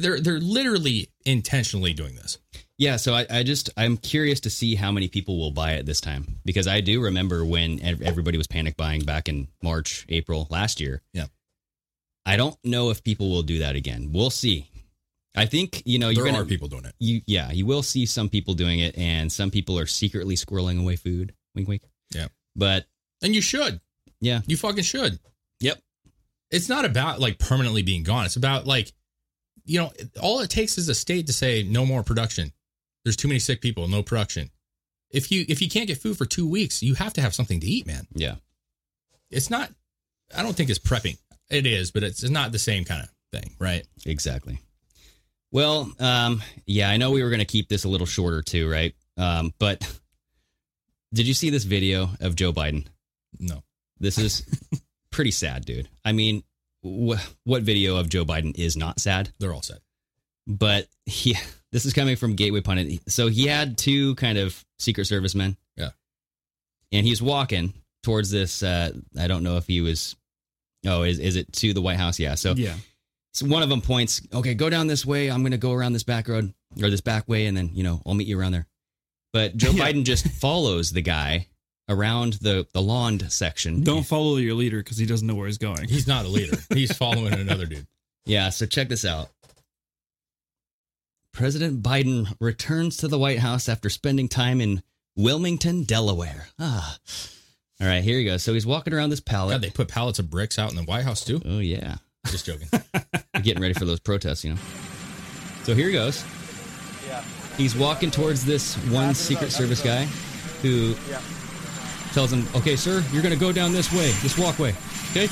F: They're they're literally intentionally doing this.
H: Yeah, so I, I just I'm curious to see how many people will buy it this time because I do remember when ev- everybody was panic buying back in March, April last year.
F: Yeah.
H: I don't know if people will do that again. We'll see. I think you know
F: There
H: you're gonna,
F: are people doing it.
H: You yeah, you will see some people doing it, and some people are secretly squirreling away food. Wink, wink.
F: Yeah.
H: But
F: And you should.
H: yeah,
F: You fucking should.
H: Yep.
F: It's not about like permanently being gone. It's about like, you know, all it takes is a state to say no more production. There's too many sick people, no production. If you if you can't get food for two weeks, you have to have something to eat, man.
H: yeah.
F: It's not. I don't think it's prepping. It is, but it's, it's not the same kind of thing, right?
H: Exactly. Well, um, yeah, I know we were going to keep this a little shorter too, right? Um, but did you see this video of Joe Biden?
F: No.
H: This is pretty sad, dude. I mean, wh- what video of Joe Biden is not sad?
F: They're all set.
H: But he, this is coming from Gateway Pundit. So he had two kind of Secret Service men.
F: Yeah.
H: And he's walking towards this. Uh, I don't know if he was. Oh, is is it to the White House? Yeah. So
G: yeah.
F: mm-hmm.
H: so one of them points, okay, go down this way. I'm going to go around this back road or this back way. And then, you know, I'll meet you around there. But Joe
G: Yeah.
H: Biden just follows the guy around the, the lawn section.
G: Don't follow your leader because he doesn't know where he's going.
F: He's not a leader. He's following another dude.
H: Yeah. So check this out. President Biden returns to the White House after spending time in Wilmington, Delaware. Ah. All right. Here you go. So he's walking around this
F: God,
H: pallet.
F: they put pallets of bricks out in the White House too.
H: oh, yeah.
F: Just joking.
H: We're getting ready for those protests, you know. So here he goes. He's walking towards this one Secret Service guy who tells him, okay, sir, you're going to go down this way, this walkway. Okay?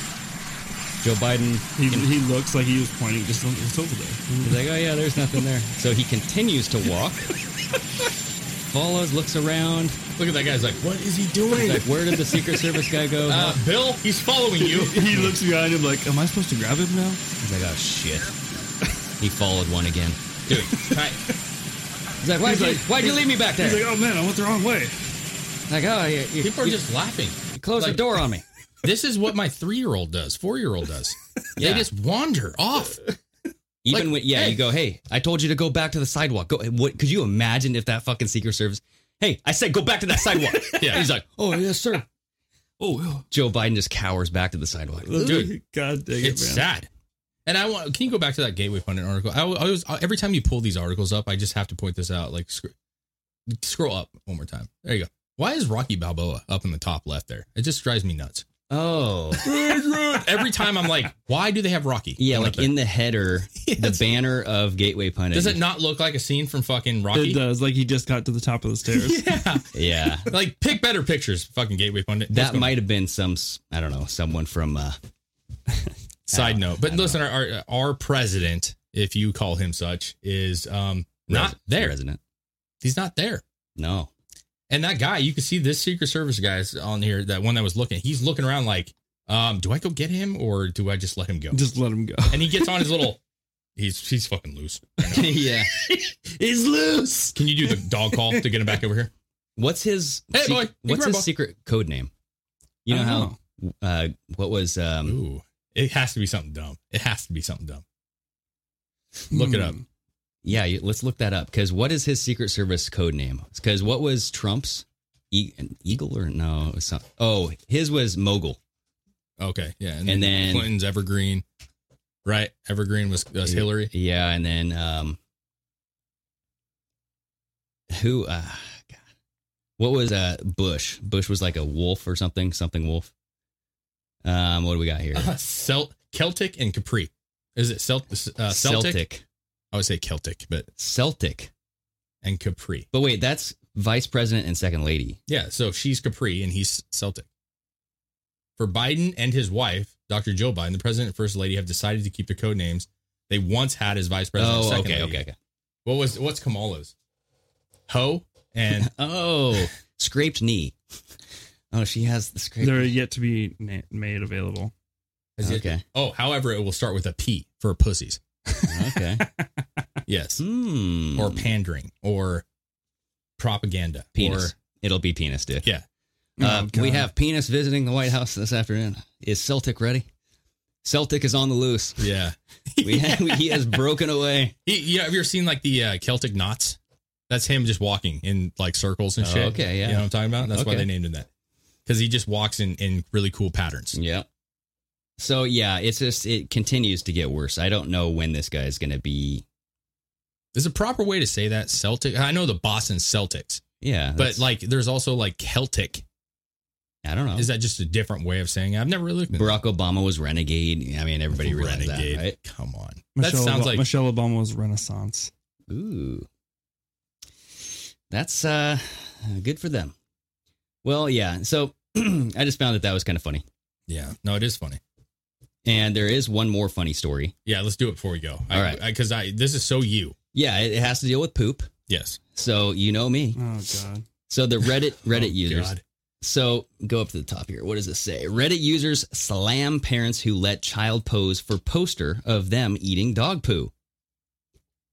H: Joe Biden
G: He, he looks like he was pointing just it's over there.
H: is like, oh, yeah, there's nothing there. So he continues to walk, follows, looks around.
F: Look at that guy's like, what is he
H: He's
F: doing?
H: like, where did the Secret Service guy go?
F: uh, Bill, he's following you.
H: Oh
G: He looks behind him like, am I supposed to grab him now?
H: He's like, oh, shit. He followed one again.
F: Dude, I,
H: He's like, why'd,
G: He's
H: you,
G: like-
H: why'd you leave me back there?
G: He's like, oh man, I went the wrong way.
H: like, oh, you, you,
F: people are
H: you
F: just laughing.
H: closed
F: like-
H: the door on me.
F: This is what my three year old does, four year old does.
H: Yeah.
F: They just wander off.
H: Even
F: Like,
H: when, yeah,
F: hey.
H: you go, hey, I told you to go back to the sidewalk. Go, what? Could you imagine if that fucking Secret Service? Hey, I said go back to that sidewalk.
F: Yeah.
H: he's like, oh yes, sir.
G: Oh,
H: Joe Biden just cowers back to the sidewalk.
F: Dude,
G: God dang it,
F: It's
G: man.
F: sad. And I want, can you go back to that Gateway Pundit article? I always, every time you pull these articles up, I just have to point this out. Like, sc- scroll up one more time. There you go. Why is Rocky Balboa up in the top left there? It just drives me nuts.
H: Oh,
F: Every time I'm like, why do they have Rocky?
H: yeah,
F: up
H: like
F: there?
H: in the header, the
F: Yes.
H: banner of Gateway Pundit.
F: Does it not look like a scene from fucking Rocky?
G: It does. Like he just got to the top of the stairs.
F: Yeah.
H: Yeah,
F: like pick better pictures, fucking Gateway Pundit. What's
H: that
F: going
H: might have been some. s- I don't know, someone from. uh
F: Side
H: I
F: note, but listen, our, our our president, if you call him such, is um not
H: res-
F: there.
H: Resident.
F: He's not there.
H: No.
F: And that guy, you can see this Secret Service guy's on here. That one that was looking, he's looking around like, um, do I go get him or do I just let him go?
G: just let him go.
F: and he gets on his little. He's he's fucking loose.
H: yeah.
F: He's loose. Can you do the dog call to get him back over here?
H: What's his?
F: Hey, boy. You
H: What's
F: grab
H: his
F: ball.
H: secret code name? You
G: I
H: know
G: don't
H: how? Uh, what was? um
F: Ooh, it has to be something dumb. It has to be something dumb. Look it up.
G: Hmm.
H: Yeah, you- let's look that up. Because what is his Secret Service code name? Because what was Trump's e- an eagle or no? It was some- oh, his was mogul.
F: Okay, yeah,
H: And then-
F: Clinton's Evergreen, right? Evergreen was, was Hillary.
H: Yeah, and then um, who? Uh, God. What was uh Bush? Bush was like a wolf or something, something wolf. Um, what do we got here?
F: Celt- Uh, Celtic and Capri. Is it Celt- uh, Celtic?
H: Celtic,
F: I would say Celtic, but
H: Celtic.
F: and Capri.
H: But wait, that's vice president and second lady.
F: Yeah, so she's Capri and he's Celtic. For Biden and his wife, Dr. Joe Biden, the president and first lady have decided to keep their code names they once had as vice president. and
H: oh,
F: second
H: okay,
F: lady.
H: okay, okay.
F: What was what's Kamala's? Ho and
H: Oh, scraped knee. Oh, she has the scraped.
G: They're yet to be na- made available.
F: is it-
H: Okay.
F: oh, however, it will start with a P for pussies.
H: Okay.
F: Yes,
H: Hmm.
F: or pandering or propaganda
H: penis.
F: or
H: It'll be penis, dude.
F: yeah.
H: Uh,
G: Oh,
H: we
G: God.
H: have penis visiting the White House this afternoon. Is Celtic ready? Celtic is on the loose.
F: Yeah.
H: We he has broken away.
F: He, yeah, have you ever seen like the uh, Celtic knots? That's him just walking in like circles and
H: Oh,
F: shit.
H: okay, yeah.
F: You know what I'm talking about? That's why
H: Okay.
F: they named him that. Because he just walks in, in really cool patterns.
H: Yeah. So yeah, it's just it continues to get worse. I don't know when this guy is going to be.
F: There's a proper way to say that Celtic. I know the Boston Celtics,
H: Yeah,
F: but
H: that's- Oh.
F: like there's also like Celtic.
H: I don't know.
F: Is that just a different way of saying it? I've never really looked at
H: Barack Obama was renegade? I mean, everybody realized
F: Renegade.
H: that, right?
F: Come on.
G: Michelle
F: that sounds
G: Ob-
F: like
G: Michelle Obama was Renaissance.
H: Ooh. That's uh good for them. Well, yeah. So I just found that that was kind of funny.
F: Yeah. No, it is funny.
H: And there is one more funny story.
F: Yeah, let's do it before we go.
H: All right.
F: Because I, this is so you.
H: Yeah, it, it has to deal with poop.
F: Yes.
H: So you know me.
G: Oh god.
H: So the Reddit Reddit
F: Oh,
H: users.
F: God.
H: So go up to the top here. What does it say? Reddit users slam parents who let child pose for poster of them eating dog poo.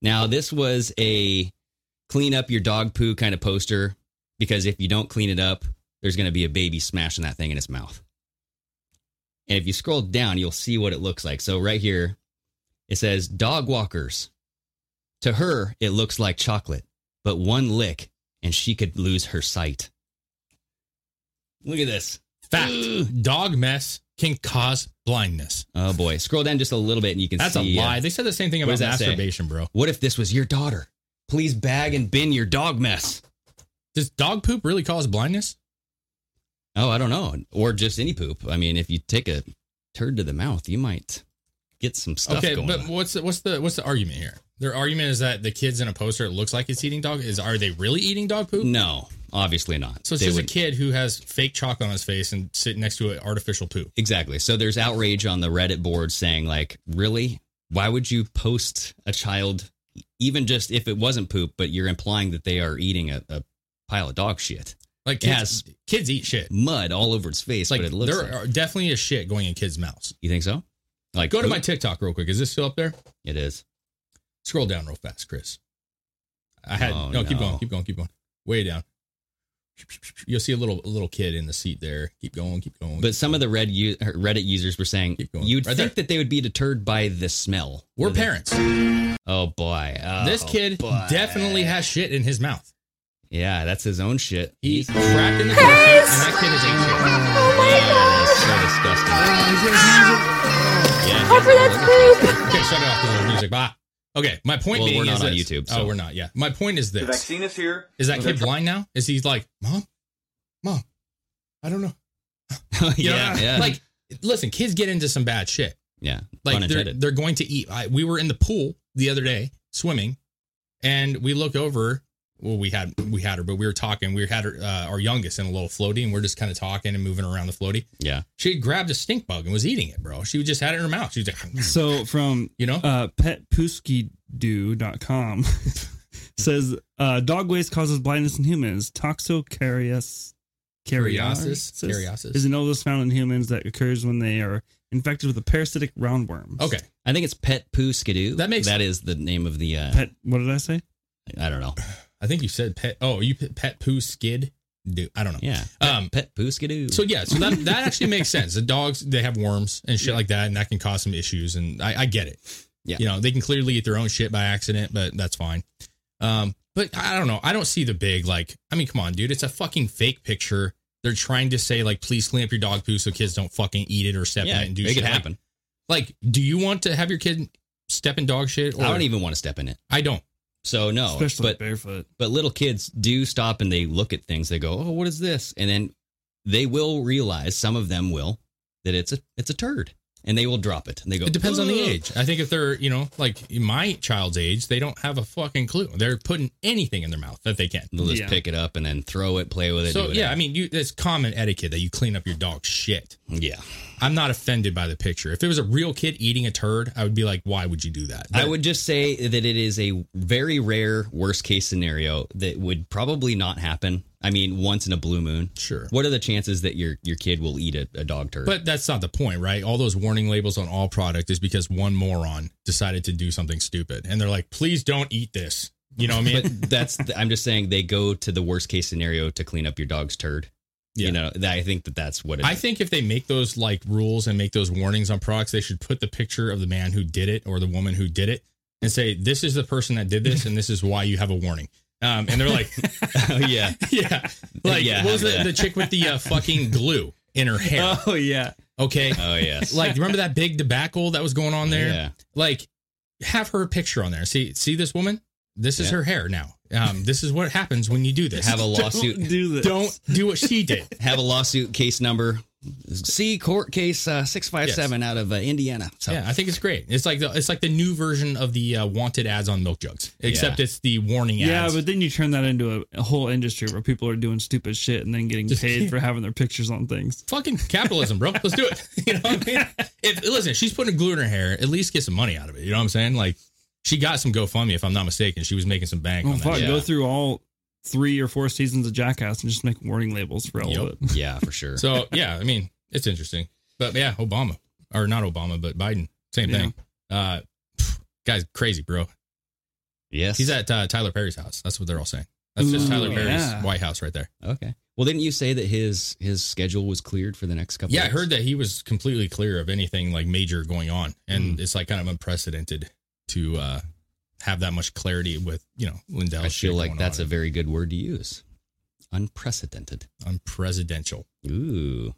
H: Now, this was a clean up your dog poo kind of poster because if you don't clean it up, there's going to be a baby smashing that thing in its mouth. And if you scroll down, you'll see what it looks like. So right here, it says dog walkers. To her, it looks like chocolate, but one lick and she could lose her sight. Look at this.
F: Fact dog mess can cause blindness.
H: Oh boy, scroll down just a little bit and you can
F: That's a
H: see. uh,
F: lie. They said the same thing
H: What
F: about
H: does that say?
F: masturbation, bro.
H: what if this was your daughter? Please bag and bin your dog mess.
F: Does dog poop really cause blindness?
H: Oh, I don't know, or just any poop. I mean, if you take a turd to the mouth, you might get some stuff
F: okay,
H: going.
F: but
H: on.
F: what's the, what's the what's the argument here? Their argument is that the kids in a poster it looks like it's eating dog. Is are they really eating dog poop?
H: No, obviously not.
F: So it's
H: They
F: just
H: would-
F: a kid who has fake chalk on his face and sitting next to an artificial poop.
H: Exactly. So there's outrage on the Reddit board saying, like, really? Why would you post a child, even just if it wasn't poop, but you're implying that they are eating a, a pile of dog shit?
F: Like
H: It
F: kids, kids eat shit.
H: Mud all over its face,
F: It's like
H: but it looks
F: there
H: like.
F: are definitely is shit going in kids' mouths.
H: you think so? Like,
F: Go to
H: poop?
F: my TikTok real quick. Is this still up there?
H: It is.
F: Scroll down real fast, Chris. I had
H: Oh,
F: no, keep
H: no.
F: going, keep going, keep going. Way down. You'll see a little a little kid in the seat there. Keep going, keep going.
H: But some of the Red u- Reddit users were saying
F: Keep going.
H: you'd
F: Right
H: think that they would be deterred by the smell.
F: we're
H: Whether-
F: parents.
H: Oh boy, Oh,
F: this kid
H: boy.
F: definitely has shit in his mouth.
H: Yeah, that's his own shit.
F: He
H: He's yeah,
F: cracked in the grocery, and that kid is a
H: that's so
F: shit.
H: disgusting. Yeah.
F: Okay, shut it off because there's music. Bye. Okay, my point
H: Well,
F: being
H: we're
F: is
H: not on
F: this.
H: YouTube,
F: Oh,
H: so-
F: we're not. Yeah, my point is this:
I: The vaccine is here.
F: is that kid blind now? Is he like, mom, mom? I don't know. You know,
H: yeah, yeah.
F: Like, listen, kids get into some bad shit.
H: Yeah.
F: Like they're
H: unintended.
F: they're going to eat. I, we were in the pool the other day swimming, and we looked over. Well, we had we had her, but we were talking. We had her, uh, our youngest in a little floaty, and we're just kind of talking and moving around the floaty.
H: yeah.
F: She had grabbed a stink bug and was eating it, bro. She just had it in her mouth. She was like,
G: So from
F: you know,
G: uh, petpooskydoo.com says uh, dog waste causes blindness in humans. Toxocarius
F: Cariosis? Cariosis.
G: is an illness found in humans that occurs when they are infected with a parasitic roundworm.
F: okay,
H: I think it's Pet Poo Skidoo.
F: That makes-
H: that is the name of the. Uh,
G: Pet, what did I say?
H: I don't know.
F: I think you said pet. Oh, you put pet poo skid. Do I don't know.
H: Yeah.
F: Um.
H: Pet Poo Skidoo.
F: So yeah. So that that actually makes sense. The dogs they have worms and shit like that, and that can cause some issues. And I, I get it.
H: Yeah.
F: You know they can clearly eat their own shit by accident, but that's fine. Um. But I don't know. I don't see the big like. I mean, come on, dude. It's a fucking fake picture. They're trying to say like, please clean up your dog poo so kids don't fucking eat it or step
H: yeah,
F: in it and do
H: it
F: shit.
H: could
F: Like-
H: happen.
F: Like, do you want to have your kid step in dog shit? Or
H: I don't even want to step in it.
F: I don't.
H: So
F: Oh,
H: no,
G: Especially
H: but
G: barefoot.
H: but little kids do stop and they look at things. They go, "Oh, what is this?" And then they will realize some of them will that it's a it's a turd, and they will drop it. And they go,
F: It depends on the
H: "Ugh."
F: age. I think if they're, you know, like my child's age, they don't have a fucking clue. They're putting anything in their mouth that they can.
H: They'll just
G: Yeah.
H: pick it up and then throw it, play with it. do
F: So
H: whatever.
F: yeah, I mean, you it's common etiquette that you clean up your dog's shit.
H: yeah.
F: I'm not offended by the picture. If it was a real kid eating a turd, I would be like, why would you do that?
H: I would just say that it is a very rare worst case scenario that would probably not happen. I mean, once in a blue moon.
F: Sure.
H: What are the chances that your your kid will eat a, a dog turd?
F: But that's not the point, right? All those warning labels on all product is because one moron decided to do something stupid, and they're like, please don't eat this. You know what I mean?
H: But that's I'm just saying they go to the worst case scenario to clean up your dog's turd. You know, that, I think that that's what it is.
F: I think if they make those like rules and make those warnings on products, they should put the picture of the man who did it or the woman who did it and say, "This is the person that did this, and this is why you have a warning." Um, and they're like,
H: oh, yeah.
F: "Yeah, like
H: Yeah,
F: what was
H: yeah.
F: The, the chick with the uh, fucking glue in her hair?"
G: Oh yeah.
F: Okay,
H: Oh, yes. Oh,
F: like remember that big debacle that was going on there?
H: Yeah.
F: Like, have her picture on there. See, see this woman. This is
H: Yeah.
F: her hair now. Um, this is what happens when you do this.
H: Have a lawsuit.
G: Don't do this.
F: Don't do what she did.
H: have a lawsuit case number. See court case uh, six five seven out of uh, Indiana. So,
F: Yeah, I think it's great. It's like the it's like the new version of the uh, wanted ads on milk jugs, except it's the warning
G: Yeah,
F: ads.
G: but then you turn that into a, a whole industry where people are doing stupid shit and then getting
F: Just
G: paid
F: keep-
G: for having their pictures on things.
F: fucking capitalism, bro. Let's do it. You know what I mean? If listen, she's putting glue in her hair. At least get some money out of it. You know what I'm saying? Like she got some GoFundMe, if I'm not mistaken. She was making some bank.
G: Well,
F: on
G: Oh, fuck,
F: that.
G: go through all three or four seasons of Jackass and just make warning labels for all
F: Yep.
G: of it.
H: yeah, for sure.
F: So yeah, I mean, it's interesting. But yeah, Obama or not Obama, but Biden, same
G: Yeah.
F: thing. Uh, pff, guy's crazy, bro.
H: yes,
F: He's at uh, Tyler Perry's house. That's what they're all saying. That's just
G: Ooh,
F: Tyler Perry's
G: yeah.
F: White House right there.
H: okay. Well, didn't you say that his his schedule was cleared for the next couple?
F: Yeah, I
H: weeks?
F: heard that he was completely clear of anything like major going on,
H: Hmm.
F: and it's like kind of unprecedented to uh, have that much clarity with you know Lindell.
H: I
F: Oh, shit
H: feel like
F: going
H: that's a
F: on.
H: very good word to use. Unprecedented.
F: unpresidential.
H: Ooh.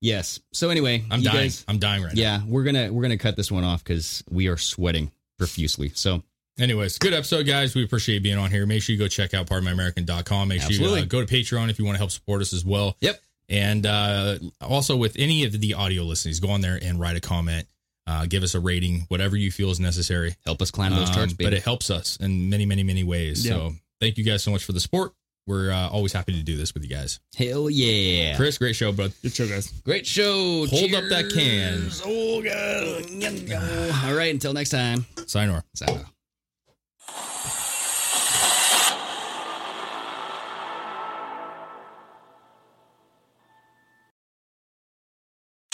H: Yes. So anyway,
F: I'm
H: you
F: dying.
H: guys-
F: I'm dying right
H: yeah, we're gonna we're gonna cut this one off because we are sweating profusely. So
F: now. Anyways, good episode, guys. We appreciate you being on here. Make sure you go check out partofmyamerican.com. Make sure you
H: Absolutely.
F: uh, go to Patreon if you want to help support us as well.
H: Yep.
F: And uh, also with any of the audio listenings, go on there and write a comment. Uh, give us a rating, whatever you feel is necessary.
H: help us climb those
F: Um,
H: charts, baby.
F: But it helps us in many, many, many ways.
G: Yeah.
F: So thank you guys so much for the support. We're uh, always happy to do this with you guys.
H: Hell yeah!
F: Chris, great show, bud.
G: Good show, guys.
H: Great show.
F: Hold up that can.
H: Cheers. Oh god. All right. Until next time.
F: Signor.
H: Sayonara.